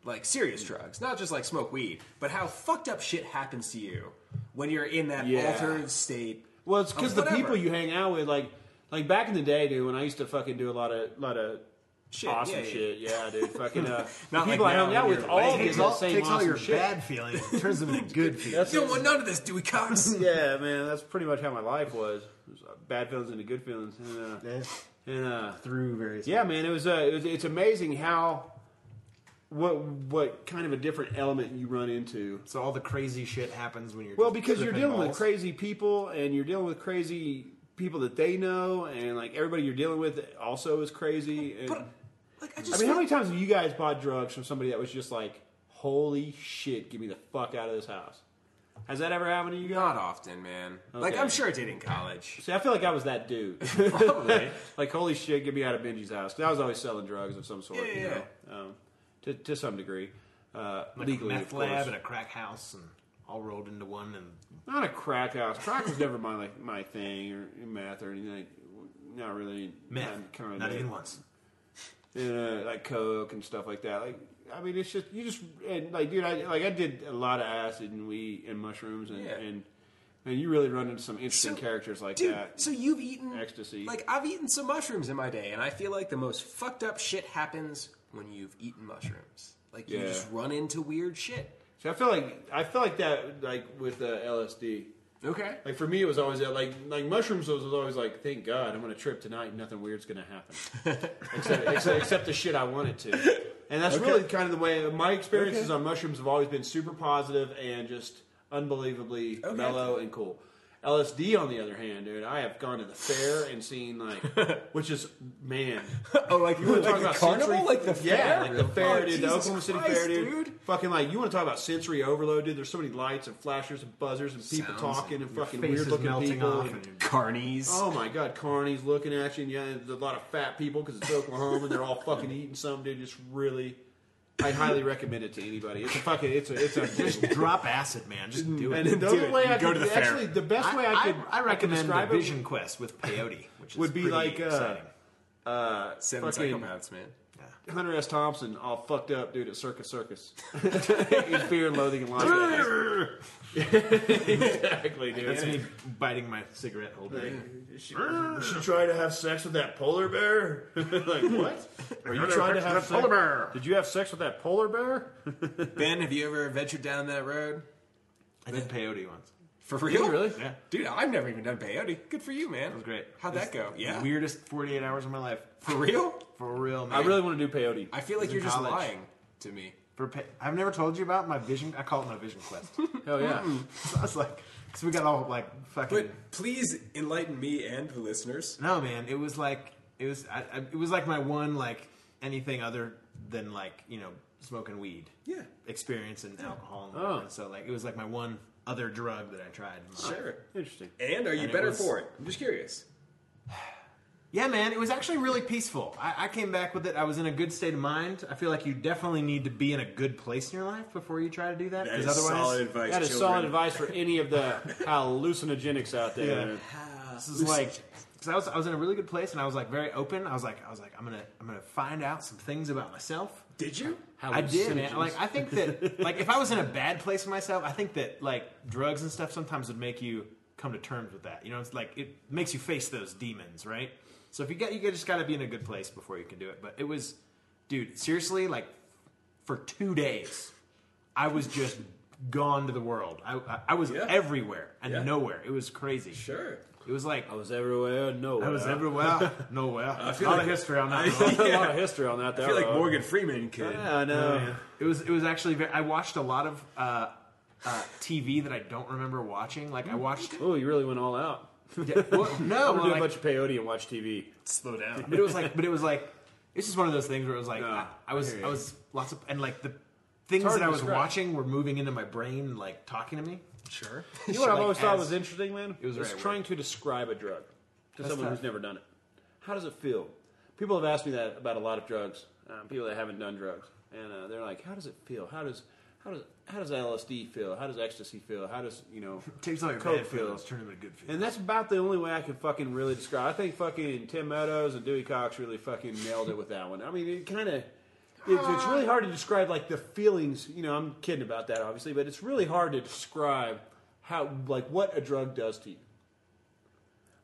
Speaker 3: like
Speaker 2: Mm.
Speaker 3: serious drugs, not just like smoke weed, but how fucked up shit happens to you when you're in that
Speaker 2: Yeah.
Speaker 3: altered state.
Speaker 2: Well, it's because
Speaker 3: Of
Speaker 2: the
Speaker 3: Oh, whatever.
Speaker 2: people you hang out with, like, like back in the day, dude. When I used to fucking do a lot of, lot of
Speaker 3: Shit,
Speaker 2: awesome
Speaker 3: yeah, yeah.
Speaker 2: shit, yeah, dude. Fucking, uh, the
Speaker 3: Not like
Speaker 2: people I
Speaker 3: now
Speaker 2: hung
Speaker 3: when
Speaker 2: out
Speaker 3: you're
Speaker 2: with all
Speaker 3: away.
Speaker 2: did
Speaker 4: Takes
Speaker 2: the
Speaker 4: all,
Speaker 2: same
Speaker 4: takes all
Speaker 2: awesome
Speaker 4: your
Speaker 2: shit.
Speaker 4: bad feelings and turns them into good feelings.
Speaker 2: That's
Speaker 3: You don't
Speaker 2: what-
Speaker 3: want none of this, do we, Cox?
Speaker 2: yeah, man. That's pretty much how my life was. It was, uh, bad feelings into good feelings, and, uh,
Speaker 4: Yeah.
Speaker 2: and uh,
Speaker 4: Through various.
Speaker 2: yeah, man. It was, uh, it was. It's amazing how what what kind of a different element you run into
Speaker 4: So all the crazy shit happens when you're.
Speaker 2: Well,
Speaker 4: just
Speaker 2: because you're
Speaker 4: tripping
Speaker 2: dealing with
Speaker 4: balls.
Speaker 2: crazy people, and you're dealing with crazy people that they know, and like everybody you're dealing with also is crazy. And,
Speaker 3: But like I just
Speaker 2: I mean, how many times have you guys bought drugs from somebody that was just like, "Holy shit, get me the fuck out of this house"? Has that ever happened to you guys?
Speaker 3: not often, man. Like
Speaker 2: Okay.
Speaker 3: I'm sure I did in college.
Speaker 2: See, I feel like I was that dude.
Speaker 3: Probably.
Speaker 2: like, holy shit, get me out of Benji's house. 'Cause I was always selling drugs of some sort,
Speaker 3: Yeah,
Speaker 2: you
Speaker 3: yeah,
Speaker 2: know, um, to, to some degree, uh,
Speaker 4: like
Speaker 2: legally,
Speaker 4: a
Speaker 2: of
Speaker 4: meth
Speaker 2: course.
Speaker 4: lab and a crack house and all rolled into one and
Speaker 2: Not a crack house. Crack was never my like my thing or math or anything. Not really.
Speaker 4: meth.
Speaker 2: Not, kind of
Speaker 4: Not
Speaker 2: that.
Speaker 4: even once.
Speaker 2: And, uh, like coke and stuff like that. Like I mean, it's just you just and like dude, I like I did a lot of acid and weed and mushrooms and
Speaker 3: Yeah.
Speaker 2: and and you really run into some interesting
Speaker 3: So,
Speaker 2: characters like
Speaker 3: Dude,
Speaker 2: that.
Speaker 3: so you've eaten
Speaker 2: Ecstasy.
Speaker 3: Like I've eaten some mushrooms in my day, and I feel like the most fucked up shit happens when you've eaten mushrooms. Like you
Speaker 2: Yeah.
Speaker 3: just run into weird shit.
Speaker 2: So I feel like I feel like that like with uh, LSD.
Speaker 3: Okay.
Speaker 2: Like for me, it was always that. Like like mushrooms was, was always like, thank God I'm gonna trip tonight and nothing weird's gonna happen, except, except except the shit I want it to. And that's really kind of the way my experiences on mushrooms have always been super positive and just unbelievably
Speaker 3: Okay.
Speaker 2: mellow and cool. LSD, on the other hand, dude, I have gone to the fair and seen like, which is man,
Speaker 3: Oh, like you
Speaker 2: wanna talk about sensory- yeah, like the fair,
Speaker 3: Oh,
Speaker 2: dude, the
Speaker 3: Jesus
Speaker 2: Oklahoma City
Speaker 3: Christ,
Speaker 2: fair, dude. Fucking like, you want to talk about sensory overload, dude? Thede There's so many lights and flashers and buzzers and people
Speaker 3: Sounds.
Speaker 2: talking and
Speaker 4: Your
Speaker 2: fucking
Speaker 4: face
Speaker 2: weird
Speaker 4: is
Speaker 2: looking
Speaker 4: melting
Speaker 2: people.
Speaker 4: off
Speaker 2: and-
Speaker 4: and
Speaker 3: Carnies.
Speaker 2: Oh my God, Carney's looking at you, and yeah, there's a lot of fat people because it's Oklahoma, and they're all fucking eating something, dude. Just really, I highly recommend it to anybody. It's a fucking, it's a, it's
Speaker 4: just
Speaker 2: unbelievable.
Speaker 4: drop acid, man. Just do it.
Speaker 2: And the
Speaker 3: Do
Speaker 2: only
Speaker 3: it.
Speaker 2: way
Speaker 3: You
Speaker 2: I
Speaker 3: go
Speaker 2: could
Speaker 3: to the fair.
Speaker 2: actually, the best way I could,
Speaker 4: I recommend
Speaker 2: I could describe
Speaker 4: Vision
Speaker 2: it
Speaker 4: Quest with peyote, which is
Speaker 2: would be
Speaker 4: pretty
Speaker 2: like, uh,
Speaker 4: exciting.
Speaker 2: uh,
Speaker 3: Seven
Speaker 2: fucking-
Speaker 3: psychopaths, man.
Speaker 2: Hunter S. Thompson all fucked up, dude, at Circus Circus. in fear and loathing in Las Vegas. exactly, dude.
Speaker 4: That's me biting my cigarette holder.
Speaker 2: She, she tried to have sex with that polar bear. like what? Are you trying to have sex?
Speaker 4: bear?
Speaker 2: Did you have sex with that polar bear?
Speaker 3: Ben, have you ever ventured down that road?
Speaker 4: I did peyote once.
Speaker 3: For real? Really?
Speaker 4: Yeah.
Speaker 3: Dude, I've never even done peyote. Good for you, man. That
Speaker 4: was great.
Speaker 3: How'd that go? Yeah.
Speaker 4: Weirdest 48 hours of my life.
Speaker 3: For real?
Speaker 4: For real, man.
Speaker 2: I really want to do peyote.
Speaker 3: I feel like
Speaker 4: was
Speaker 3: you're
Speaker 4: in
Speaker 3: just
Speaker 4: college.
Speaker 3: lying to me.
Speaker 4: For pe- I've never told you about my vision. I call it my vision quest.
Speaker 2: Hell yeah.
Speaker 4: so I was like, because we got all like fucking.
Speaker 3: But please enlighten me and the listeners.
Speaker 4: No, man, it was like it was. I, I, it was like my one like anything other than like you know smoking weed.
Speaker 3: Yeah.
Speaker 4: Experience and alcohol. And
Speaker 2: Oh.
Speaker 4: whatever. so like it was like my one other drug that I tried. in my life.
Speaker 3: Sure.
Speaker 2: Interesting.
Speaker 3: And are you
Speaker 4: And it
Speaker 3: better
Speaker 4: was-
Speaker 3: for it? I'm just curious.
Speaker 4: Yeah, man, it was actually really peaceful. I, I came back with it. I was in a good state of mind. I feel like you definitely need to be in a good place in your life before you try to do that.
Speaker 3: That
Speaker 4: Because
Speaker 3: is
Speaker 4: otherwise,
Speaker 3: solid advice.
Speaker 2: That is
Speaker 3: children.
Speaker 2: solid advice for any of the hallucinogenics out there.
Speaker 4: Yeah. This is like because I was I was in a really good place and I was like very open. I was like I was like I'm gonna I'm gonna find out some things about myself.
Speaker 3: Did you?
Speaker 4: I did, man.
Speaker 2: Hallucinogens.
Speaker 4: Like I think that like if I was in a bad place myself, I think that like drugs and stuff sometimes would make you come to terms with that. You know, it's like it makes you face those demons, right? So if you get you just got to be in a good place before you can do it. But it was, dude, seriously, like for two days, I was just gone to the world. I I, I was
Speaker 3: Yeah.
Speaker 4: everywhere and
Speaker 3: Yeah.
Speaker 4: nowhere. It was crazy.
Speaker 3: Sure.
Speaker 4: It was like
Speaker 2: I was everywhere. No,
Speaker 4: I was everywhere, nowhere. A lot
Speaker 3: feel like-
Speaker 4: of history on that. one.
Speaker 2: a lot of history on that.
Speaker 3: I feel like Morgan Freeman could.
Speaker 2: Yeah, I know.
Speaker 4: It was it was actually very, I watched a lot of uh, uh, TV that I don't remember watching. Like I watched
Speaker 2: Oh, you really went all out.
Speaker 4: yeah, well, no,
Speaker 2: I'm gonna do
Speaker 4: Oh, like,
Speaker 2: a bunch of peyote and watch TV.
Speaker 3: Slow down.
Speaker 4: but it was like but it was like it's just one of those things where it was like
Speaker 2: No,
Speaker 4: I, I
Speaker 2: I
Speaker 4: was
Speaker 2: hear
Speaker 4: I,
Speaker 2: you.
Speaker 4: was lots of and like the things
Speaker 2: hard
Speaker 4: that
Speaker 2: to
Speaker 4: I was
Speaker 2: describe.
Speaker 4: watching were moving into my brain and like talking to me.
Speaker 3: Sure.
Speaker 2: You know what I've
Speaker 4: Like,
Speaker 2: always thought
Speaker 4: as-
Speaker 2: was interesting, man? It
Speaker 4: was
Speaker 2: was,
Speaker 4: very
Speaker 2: trying to describe a drug to someone
Speaker 4: tough.
Speaker 2: who's never done it. How does it feel? People have asked me that about a lot of drugs. Um, people that haven't done drugs, and uh, they're like, "How does it feel? How does how does how does LSD feel? How does ecstasy feel? How does you know
Speaker 4: Takes all your
Speaker 2: Coke
Speaker 4: bad feelings,
Speaker 2: feels.
Speaker 4: turn them into good feelings.
Speaker 2: And that's about the only way I can fucking really describe. I think fucking Tim Meadows and Dewey Cox really fucking nailed it with that one. I mean, it kind of. It's, it's really hard to describe like the feelings. You know, I'm kidding about that, obviously, but it's really hard to describe how like what a drug does to you.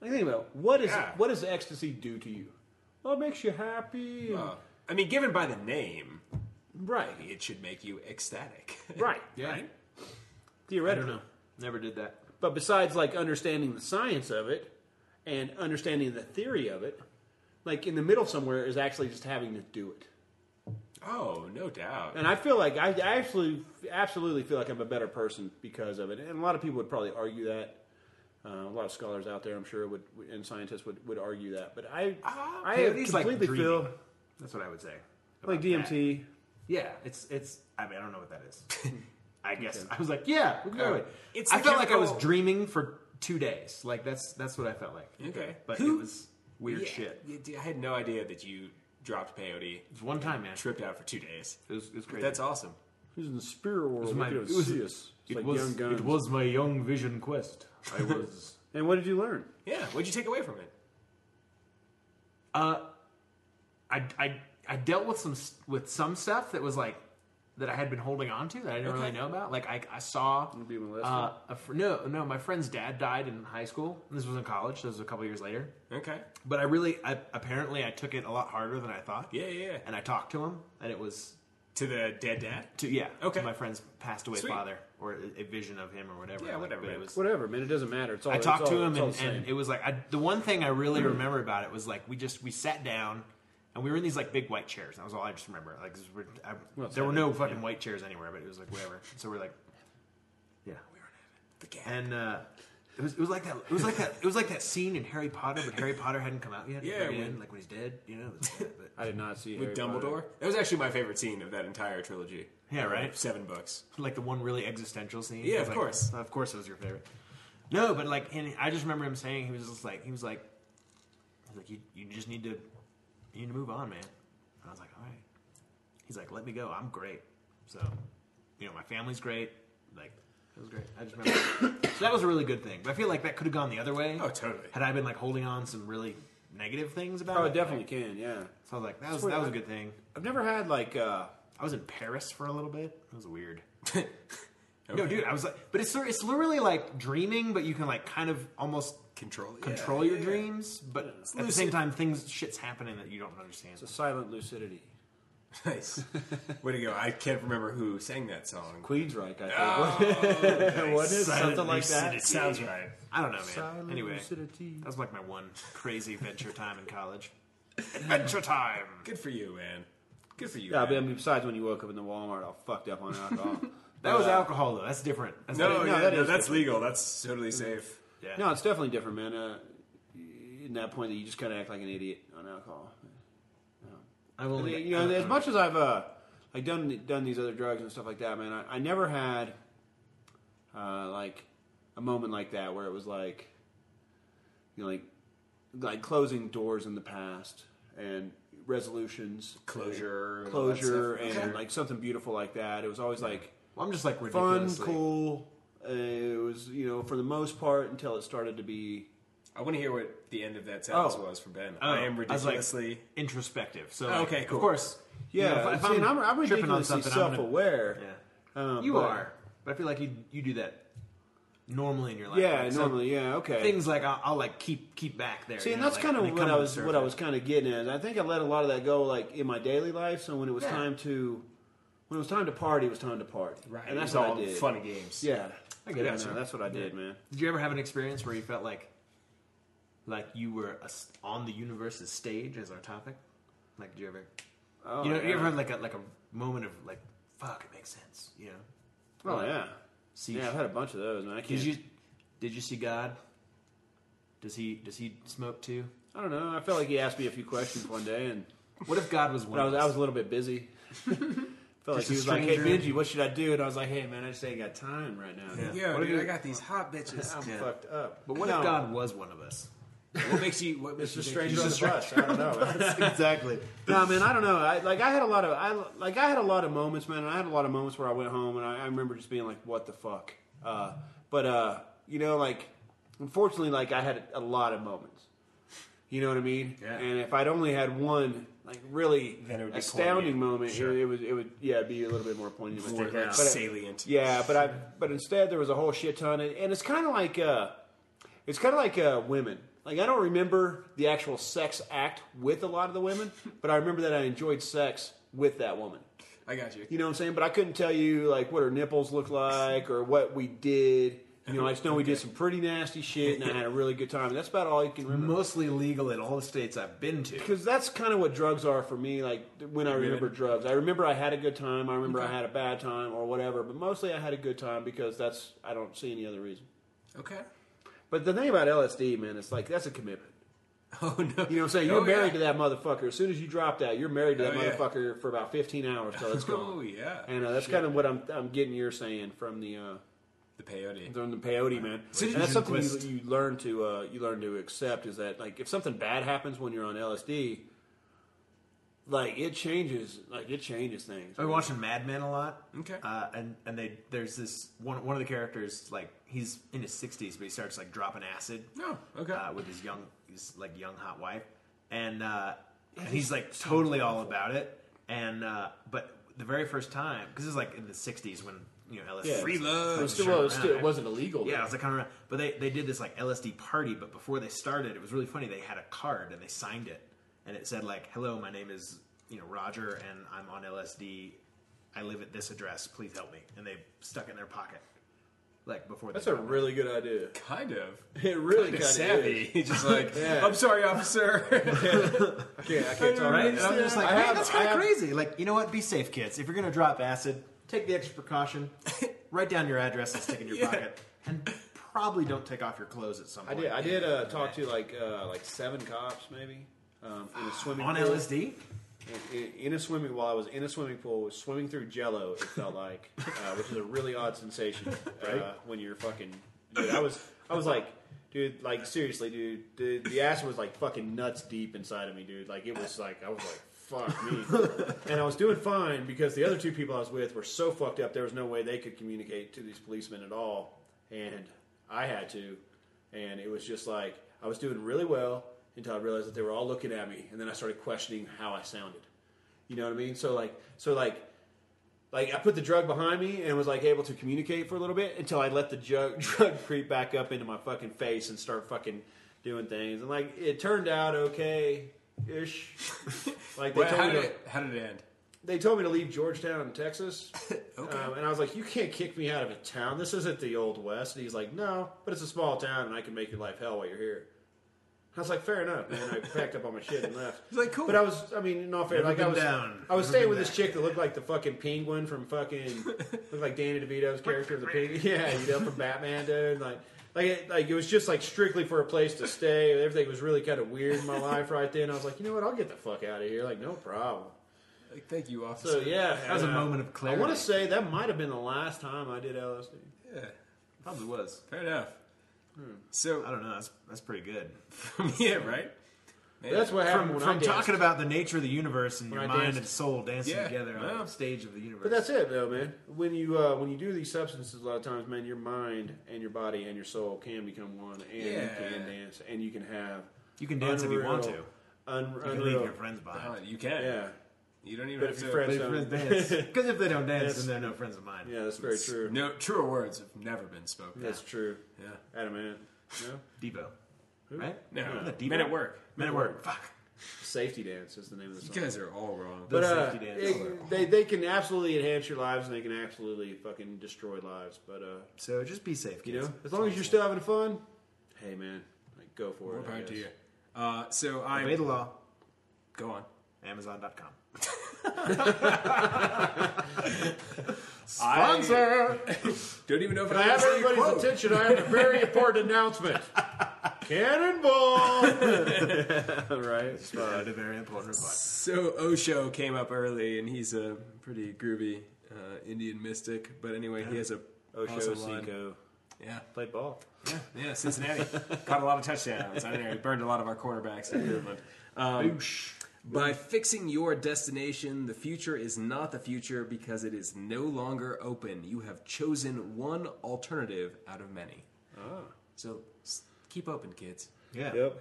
Speaker 2: Like, think about it. what is
Speaker 4: Yeah.
Speaker 2: what does ecstasy do to you? Well, it makes you happy, and-
Speaker 3: Uh, I mean, given by the name,
Speaker 2: right?
Speaker 3: it should make you ecstatic.
Speaker 2: Right.
Speaker 4: yeah,
Speaker 3: Right?
Speaker 4: I don't
Speaker 2: Theoretically,
Speaker 4: know. Never did that.
Speaker 2: But besides like understanding the science of it and understanding the theory of it, like in the middle somewhere is actually just having to do it.
Speaker 3: Oh, no doubt.
Speaker 2: And I feel like I, I actually absolutely feel like I'm a better person because of it. And a lot of people would probably argue that. Uh, a lot of scholars out there, I'm sure, would and scientists would, would argue that. But I
Speaker 4: Ah,
Speaker 2: I
Speaker 4: peyote's like
Speaker 2: completely
Speaker 4: dreaming.
Speaker 2: feel
Speaker 4: That's what I would say.
Speaker 2: like
Speaker 4: about
Speaker 2: DMT.
Speaker 4: Yeah, it's it's. I mean, I don't know what that is. I guess I was like, yeah, we can go
Speaker 3: Oh.
Speaker 4: with it.
Speaker 3: It's
Speaker 4: I
Speaker 3: a
Speaker 4: felt like I was
Speaker 3: chemical-
Speaker 4: dreaming for two days. Like that's that's what I felt like.
Speaker 3: Okay.
Speaker 4: but
Speaker 3: Who-
Speaker 4: it was weird
Speaker 3: Yeah,
Speaker 4: shit.
Speaker 3: you did- I had no idea that you dropped peyote,
Speaker 4: It was one time, man.
Speaker 3: tripped out for two days.
Speaker 4: It was, it was crazy.
Speaker 3: That's awesome.
Speaker 2: Who's in the spirit world?
Speaker 4: It was
Speaker 2: we
Speaker 4: my,
Speaker 2: could
Speaker 4: it
Speaker 2: have
Speaker 4: was,
Speaker 2: see us. It's
Speaker 4: it,
Speaker 2: like young
Speaker 4: was,
Speaker 2: guns.
Speaker 4: it was my young vision quest. I was.
Speaker 2: And what did you learn?
Speaker 3: Yeah. What'd you take away from it?
Speaker 4: Uh, I, I I dealt with some s- with some stuff that was like that I had been holding on to that I didn't really know about. Like I, I saw
Speaker 2: be molested?
Speaker 4: uh, a fr- no no my friend's dad died in high school. This was in college. So this was a couple years later.
Speaker 3: Okay.
Speaker 4: But I really I, apparently I took it a lot harder than I thought.
Speaker 3: Yeah, yeah, yeah.
Speaker 4: And I talked to him, and it was
Speaker 3: To the dead dad?
Speaker 4: to yeah
Speaker 3: Okay.
Speaker 4: to my friend's passed away
Speaker 3: Sweet.
Speaker 4: father or a, a vision of him or whatever.
Speaker 3: Yeah,
Speaker 4: Like,
Speaker 3: whatever,
Speaker 4: But it
Speaker 3: man.
Speaker 4: was
Speaker 2: Whatever, man. It doesn't matter. It's all
Speaker 4: I
Speaker 2: it's
Speaker 4: talked
Speaker 2: all-
Speaker 4: to him,
Speaker 2: it's all
Speaker 4: and,
Speaker 2: the same.
Speaker 4: and it was like I, the one thing I really remember about it was like we just we sat down and we were in these like big white chairs. That was all I just remember. Like 'cause we're- I-
Speaker 2: Well,
Speaker 4: there were no fucking white chairs anywhere, but it was like whatever. So we're like, yeah,
Speaker 3: The cat.
Speaker 4: and uh, it was it was like that. It was like that. It was like that scene in Harry Potter, but Harry Potter hadn't come out yet. at the
Speaker 3: Yeah,
Speaker 4: very
Speaker 3: when-
Speaker 4: end, like when he's dead, you know. it was like that, but-
Speaker 2: I did not see
Speaker 3: With
Speaker 2: Harry
Speaker 3: Dumbledore?
Speaker 2: Potter.
Speaker 3: That was actually my favorite scene of that entire trilogy.
Speaker 4: Yeah,
Speaker 3: Uh,
Speaker 4: right?
Speaker 3: Seven books.
Speaker 4: like the one really existential scene.
Speaker 3: Yeah,
Speaker 4: It was
Speaker 3: of
Speaker 4: like-
Speaker 3: course.
Speaker 4: of course, it was your favorite. No, but like, and I just remember him saying he was just like he was like, he was like you, you just need to, you need to move on, man. And I was like, all right. He's like, let me go. I'm great. So, you know, my family's great. Like, it was great. I just remember. so that was a really good thing. But I feel like that could have gone the other way.
Speaker 3: Oh, totally.
Speaker 4: Had I been like holding on some really negative things about
Speaker 2: Oh,
Speaker 4: it.
Speaker 2: it definitely can. Yeah,
Speaker 4: So I was like, that was
Speaker 2: Sweet.
Speaker 4: that was a good thing.
Speaker 2: I've never had like. uh
Speaker 4: I was in Paris for a little bit. That was weird. No, dude, I was like, but it's sort- it's literally like dreaming, but you can like kind of almost
Speaker 3: Control. yeah,
Speaker 4: control your
Speaker 3: yeah.
Speaker 4: dreams, but at the same time, things shit's happening that you don't understand.
Speaker 2: Silent lucidity.
Speaker 3: Nice. Way to go. I can't remember who sang that song.
Speaker 2: Queensryche, I think. Wasn't it
Speaker 4: Silent
Speaker 2: something like that?
Speaker 4: lucidity. Sounds right. I don't know, man.
Speaker 2: Silent
Speaker 4: anyway,
Speaker 2: lucidity.
Speaker 4: that was like my one crazy adventure time in college. Adventure time.
Speaker 3: Good for you, man. Good for you.
Speaker 2: Yeah,
Speaker 3: man.
Speaker 2: but I mean, besides when you woke up in the Walmart all fucked up on alcohol.
Speaker 4: That was
Speaker 2: Uh,
Speaker 4: alcohol though. That's different. That's
Speaker 3: No,
Speaker 4: different.
Speaker 2: no,
Speaker 3: yeah,
Speaker 2: that
Speaker 3: no,
Speaker 2: is
Speaker 3: that's legal. That's totally
Speaker 2: Mm-hmm.
Speaker 3: safe.
Speaker 4: Yeah.
Speaker 2: No, it's definitely different, man. Uh, in that point, that you just kind of act like an idiot on alcohol.
Speaker 4: I've only
Speaker 2: you
Speaker 4: I
Speaker 2: know,
Speaker 4: don't
Speaker 2: as much as I've uh, like done done these other drugs and stuff like that, man, I, I never had uh, like a moment like that where it was like, you know, like like closing doors in the past and resolutions,
Speaker 3: Closure and all that
Speaker 2: closure,
Speaker 3: stuff.
Speaker 2: and
Speaker 3: Okay.
Speaker 2: like something beautiful like that. It was always like
Speaker 4: Well, I'm just like
Speaker 2: fun,
Speaker 4: ridiculously.
Speaker 2: cool. Uh, it was you know for the most part until it started to be
Speaker 3: I want to hear what the end of that sentence
Speaker 2: Oh.
Speaker 3: was for Ben.
Speaker 4: Oh,
Speaker 3: I am
Speaker 4: was, like,
Speaker 3: ridiculously.
Speaker 4: introspective. So
Speaker 3: Oh,
Speaker 4: like,
Speaker 3: okay, cool.
Speaker 4: Of course. you
Speaker 2: yeah.
Speaker 4: know, if- if
Speaker 2: see, and I'm, I'm
Speaker 4: tripping on
Speaker 2: ridiculously
Speaker 4: something, I'm gonna-
Speaker 2: self-aware.
Speaker 4: Yeah.
Speaker 2: Um,
Speaker 4: you
Speaker 2: but-
Speaker 4: are, but I feel like you you do that normally in your life.
Speaker 2: Yeah,
Speaker 4: Like, some
Speaker 2: normally, yeah, okay.
Speaker 4: Things like I'll, I'll like keep keep back there.
Speaker 2: See,
Speaker 4: you
Speaker 2: and
Speaker 4: know,
Speaker 2: that's
Speaker 4: like,
Speaker 2: kind
Speaker 4: and they
Speaker 2: of what
Speaker 4: come
Speaker 2: I
Speaker 4: to the
Speaker 2: was what I
Speaker 4: surface.
Speaker 2: was kind of getting at. I think I let a lot of that go, like in my daily life. So when it was
Speaker 4: Yeah.
Speaker 2: time to when it was time to party, it was time to party.
Speaker 3: Right.
Speaker 2: and that's
Speaker 3: it's
Speaker 2: what
Speaker 3: all
Speaker 2: I did.
Speaker 3: fun and games.
Speaker 2: Yeah,
Speaker 4: I get
Speaker 2: Yeah,
Speaker 4: it,
Speaker 2: no,
Speaker 4: sir.
Speaker 2: That's what I did, man.
Speaker 4: Did you ever have an experience where you felt like like you were a s on the universe's stage as our topic? Like, did you ever?
Speaker 2: Oh,
Speaker 4: you know,
Speaker 2: yeah.
Speaker 4: you ever had like a like a moment of like, fuck, it makes sense. You know,
Speaker 2: Oh yeah,
Speaker 4: see,
Speaker 2: yeah. I've had a bunch of those, man. I
Speaker 4: did
Speaker 2: can't.
Speaker 4: you did you see God? Does he does he smoke too?
Speaker 2: I don't know. I felt like he asked me a few questions one day, and
Speaker 4: What if God was one?
Speaker 2: but I was
Speaker 4: of
Speaker 2: I
Speaker 4: us?
Speaker 2: was a little bit busy. felt like
Speaker 4: Just
Speaker 2: he
Speaker 4: a
Speaker 2: was like, "Hey,
Speaker 4: stranger.
Speaker 2: Benji, what should I do?" And I was like, "Hey, man, I just ain't got time right now.
Speaker 4: Yeah.
Speaker 3: Yo,
Speaker 2: What if
Speaker 3: dude,
Speaker 2: you-
Speaker 3: I got these hot bitches.
Speaker 2: I'm
Speaker 3: Yeah.
Speaker 2: fucked up."
Speaker 4: But what
Speaker 2: No,
Speaker 4: if God was one of us?
Speaker 3: What makes you? What
Speaker 2: It's
Speaker 3: makes you
Speaker 2: just stranger
Speaker 3: think he's
Speaker 2: on
Speaker 3: a
Speaker 2: the
Speaker 3: stranger?
Speaker 2: bus. I don't know.
Speaker 4: exactly.
Speaker 2: No, man, I don't know. I like I had a lot of I like I had a lot of moments, man. And I had a lot of moments where I went home and I, I remember just being like, "What the fuck?" Uh, but uh, you know, like unfortunately, like I had a lot of moments. You know what I mean?
Speaker 3: Yeah.
Speaker 2: And if I'd only had one, like really
Speaker 3: Then it would be
Speaker 2: astounding
Speaker 3: poignant.
Speaker 2: moment,
Speaker 3: Sure.
Speaker 2: it, it would it would yeah be a little bit more poignant.
Speaker 3: More like
Speaker 2: But it-
Speaker 3: salient.
Speaker 2: yeah, but I but instead there was a whole shit ton, and, and it's kind of like uh, it's kind of like uh, women. Like I don't remember the actual sex act with a lot of the women, but I remember that I enjoyed sex with that woman.
Speaker 3: I got you.
Speaker 2: You know what I'm saying? But I couldn't tell you like what her nipples looked like or what we did. You know, I just know we did some pretty nasty shit, and I had a really good time. And that's about all you can remember.
Speaker 4: Mostly legal in all the states I've been to.
Speaker 2: Because that's kind of what drugs are for me. Like when I remember drugs, I remember I had a good time. I remember I
Speaker 3: Okay.
Speaker 2: had a bad time or whatever. But mostly I had a good time because that's I don't see any other reason.
Speaker 3: Okay.
Speaker 2: But the thing about LSD, man, it's like that's a commitment.
Speaker 3: Oh no.
Speaker 2: You know what I'm saying? You're married to that motherfucker. As soon as you drop that, you're married to that
Speaker 3: Oh, yeah.
Speaker 2: motherfucker for about 15 hours till it's
Speaker 3: Oh
Speaker 2: gone.
Speaker 3: yeah.
Speaker 2: And uh, that's kind of what I'm I'm getting you're saying from the uh,
Speaker 3: the peyote.
Speaker 2: from the peyote, man.
Speaker 3: So
Speaker 2: and
Speaker 3: did
Speaker 2: that's
Speaker 3: you
Speaker 2: something
Speaker 3: twist-
Speaker 2: you, you learn to uh, you learn to accept is that like if something bad happens when you're on LSD, like it changes like it changes things.
Speaker 4: I've been watching Mad Men a lot.
Speaker 3: Okay.
Speaker 4: Uh, and and they there's this one one of the characters like he's in his 60s but he starts like dropping acid.
Speaker 3: No. Oh, Okay.
Speaker 4: Uh, with his young his like young hot wife, and uh, and he's like totally all about it. And uh, but the very first time because it's like in the 60s when you know LSD
Speaker 2: Yeah.
Speaker 4: was,
Speaker 2: Free
Speaker 3: love.
Speaker 2: It was still,
Speaker 4: Sure,
Speaker 2: well, it was
Speaker 4: yeah.
Speaker 2: still- it wasn't illegal.
Speaker 4: Yeah,
Speaker 2: then.
Speaker 4: I was like kind of around. But they, they did this like LSD party, but before they started, it was really funny. They had a card and they signed it, and it said like, "Hello, my name is you know Roger, and I'm on LSD. I live at this address. Please help me." And they stuck it in their pocket, like before.
Speaker 2: that's
Speaker 4: they
Speaker 2: a really good idea.
Speaker 3: kind of.
Speaker 2: It really
Speaker 3: Kinda
Speaker 2: kind of
Speaker 3: savvy.
Speaker 2: Is.
Speaker 3: He's just like,
Speaker 2: Yeah.
Speaker 3: I'm sorry, officer.
Speaker 2: I can't, I can't talk
Speaker 4: right.
Speaker 2: about
Speaker 4: And
Speaker 2: it.
Speaker 4: I'm just like,
Speaker 2: I
Speaker 4: man,
Speaker 2: have-
Speaker 4: that's
Speaker 2: I
Speaker 4: kind of
Speaker 2: have-
Speaker 4: crazy. Like, you know what? Be safe, kids. If you're gonna drop acid, take the extra precaution. write down your address and stick it in your
Speaker 3: Yeah.
Speaker 4: pocket, and probably don't take off your clothes at some
Speaker 2: I
Speaker 4: point.
Speaker 2: did. I did uh, talk to like uh, like seven cops maybe um, in a swimming
Speaker 4: on
Speaker 2: pool.
Speaker 4: LSD.
Speaker 2: In, in- in a swimming while I was in a swimming pool, was swimming through Jello. It felt like, uh, which is a really odd sensation uh, when you're fucking. Dude, I was. I was like. Dude, like seriously, dude, dude, the acid was like fucking nuts deep inside of me, dude. Like it was like I was like, fuck me, and I was doing fine because the other two people I was with were so fucked up. There was no way they could communicate to these policemen at all, and I had to, and it was just like I was doing really well, until I realized that they were all looking at me, and then I started questioning how I sounded. You know what I mean? So like, so like, like I put the drug behind me and was like able to communicate for a little bit until I let the drug drug creep back up into my fucking face and start fucking doing things. And like, it turned out okay ish. Like they
Speaker 3: Wait,
Speaker 2: told
Speaker 3: how,
Speaker 2: me
Speaker 3: did
Speaker 2: to,
Speaker 3: it, how did it end?
Speaker 2: they told me to leave Georgetown, Texas. Um, and I was like, you can't kick me out of a town. This isn't the old west. And he's like, no, but it's a small town, and I can make your life hell while you're here. I was like, fair enough, man. I packed up all my shit and left.
Speaker 3: He's like, cool.
Speaker 2: But I was, I mean, in all fair,
Speaker 4: Never
Speaker 2: like I
Speaker 4: been
Speaker 2: was,
Speaker 4: down.
Speaker 2: I was
Speaker 4: Never
Speaker 2: staying
Speaker 4: been
Speaker 2: with this
Speaker 4: back.
Speaker 2: chick that looked like the fucking penguin from fucking, looked like Danny DeVito's character of the penguin. Yeah, you know, from Batman, dude. Like, like it, like it was just like strictly for a place to stay. Everything was really kind of weird in my life right then. I was like, you know what? I'll get the fuck out of here. Like, no problem.
Speaker 3: Like, thank you,
Speaker 2: So
Speaker 3: officer.
Speaker 2: yeah,
Speaker 4: That was a
Speaker 2: and, uh,
Speaker 4: moment of clarity.
Speaker 2: I want to say that might have been the last time I did LSD.
Speaker 3: yeah,
Speaker 4: Probably was.
Speaker 3: fair enough.
Speaker 4: I
Speaker 2: Hmm.
Speaker 3: So
Speaker 4: don't know. That's that's pretty good.
Speaker 3: yeah, right. Man,
Speaker 2: That's what happened
Speaker 4: From,
Speaker 2: when
Speaker 4: from
Speaker 2: I danced.
Speaker 4: talking about the nature of the universe and
Speaker 2: When
Speaker 4: your
Speaker 2: I
Speaker 4: mind
Speaker 2: danced.
Speaker 4: and soul dancing
Speaker 3: Yeah,
Speaker 4: together on
Speaker 3: yeah.
Speaker 4: the stage of the universe.
Speaker 2: But that's it, though, man. When you uh, when you do these substances, a lot of times, man, your mind and your body and your soul can become one, and you
Speaker 3: Yeah.
Speaker 2: can dance, and you can have
Speaker 4: you can dance if you want to.
Speaker 2: unreal- Un-
Speaker 4: You can
Speaker 2: unreal-
Speaker 4: leave your friends behind.
Speaker 3: Uh, you can.
Speaker 2: yeah,
Speaker 3: You don't even
Speaker 2: But
Speaker 3: have
Speaker 2: if
Speaker 3: to.
Speaker 2: your friends
Speaker 4: But if your
Speaker 2: don't-
Speaker 4: friends dance, because if they don't dance,
Speaker 2: Yes.
Speaker 4: then they're no friends of mine.
Speaker 2: yeah, that's very true.
Speaker 3: No, truer words have never been spoken.
Speaker 2: That's true.
Speaker 3: Yeah.
Speaker 2: Adamant. No?
Speaker 4: Devo, right?
Speaker 3: No.
Speaker 4: Isn't that Devo?
Speaker 3: Men at work.
Speaker 4: Men at work. Fuck.
Speaker 2: Safety dance is the name of the song.
Speaker 3: You guys are all wrong.
Speaker 2: But uh,
Speaker 4: safety dance.
Speaker 2: it- they they can absolutely enhance your lives, and they can absolutely fucking destroy lives. But uh,
Speaker 4: So just be safe, kids.
Speaker 2: You know, as long as you're still having fun, hey man, like go for
Speaker 3: More
Speaker 2: it. I
Speaker 3: power to
Speaker 2: guess.
Speaker 3: you. Uh, so
Speaker 4: obey
Speaker 3: I'm
Speaker 4: the law.
Speaker 3: go on.
Speaker 4: Amazon.com.
Speaker 3: I don't even know if
Speaker 2: Can I
Speaker 3: I
Speaker 2: have
Speaker 3: say a
Speaker 2: everybody's
Speaker 3: quote.
Speaker 2: attention. I have a very important announcement. Cannonball! right. it's fine.
Speaker 4: At a very important reply.
Speaker 3: So Osho came up early, and he's a pretty groovy uh, Indian mystic. But anyway, he has a
Speaker 2: Uh, Osho
Speaker 3: awesome line.
Speaker 2: Seiko.
Speaker 3: Yeah,
Speaker 2: Play ball.
Speaker 3: yeah. Cincinnati caught a lot of touchdowns. I don't know. He burned a lot of our quarterbacks in Cleveland. Um, by fixing your destination, the future is not the future because it is no longer open. You have chosen one alternative out of many.
Speaker 2: Oh.
Speaker 3: So s- keep open, kids.
Speaker 4: Yeah.
Speaker 2: Yep.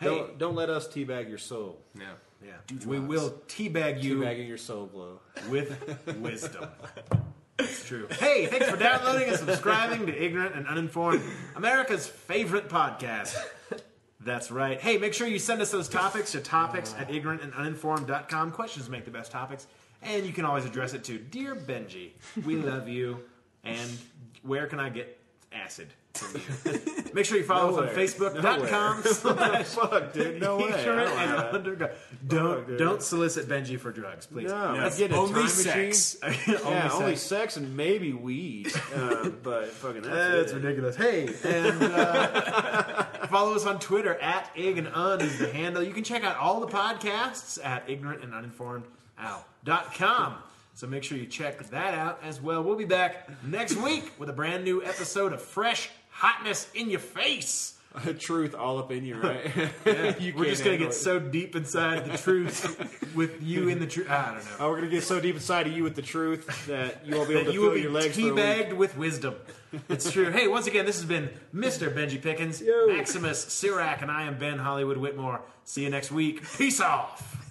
Speaker 4: Hey.
Speaker 2: Don't, don't let us teabag your soul.
Speaker 3: No.
Speaker 4: Yeah.
Speaker 3: Do
Speaker 4: we
Speaker 3: drugs.
Speaker 4: will teabag you
Speaker 2: Teabagging your soul blow.
Speaker 4: with wisdom. It's true. Hey, thanks for downloading and subscribing to Ignorant and Uninformed, America's favorite podcast. That's right. Hey, make sure you send us those topics to topics at ignorantanduninformed.com. Questions make the best topics. And you can always address it to Dear Benji, we love you. And where can I get acid from you? Make sure you follow us on
Speaker 2: Nowhere.
Speaker 4: Facebook.com slash
Speaker 2: Fuck, dude. No way. I don't
Speaker 4: ignorant and
Speaker 2: like that.
Speaker 4: undergo-
Speaker 2: Oh,
Speaker 4: Don't
Speaker 2: dude.
Speaker 4: don't solicit Benji for drugs, please.
Speaker 2: No,
Speaker 3: No.
Speaker 2: I get a
Speaker 3: Only
Speaker 2: time
Speaker 3: sex.
Speaker 2: machine. yeah, only sex and maybe weed. Uh, but fucking that's,
Speaker 4: That's
Speaker 2: it.
Speaker 4: ridiculous. Hey, and uh, follow us on Twitter at Ig and Un is the handle. You can check out all the podcasts at ignorant and uninformed So make sure you check that out as well. We'll be back next week with a brand new episode of Fresh Hotness in Your Face.
Speaker 2: truth all up in you, right? You
Speaker 4: We're
Speaker 2: can't
Speaker 4: just gonna
Speaker 2: handle
Speaker 4: get
Speaker 2: it.
Speaker 4: so deep inside the truth with you in the truth. I don't know.
Speaker 2: Oh, we're gonna get so deep inside of you with the truth that you won't be able to
Speaker 4: you
Speaker 2: feel
Speaker 4: will be
Speaker 2: your legs. for a week.
Speaker 4: teabagged with wisdom. It's true. hey, once again, this has been Mr. Benji Pickens,
Speaker 2: Yo.
Speaker 4: Maximus Sirac, and I am Ben Hollywood Whitmore. See you next week. Peace off.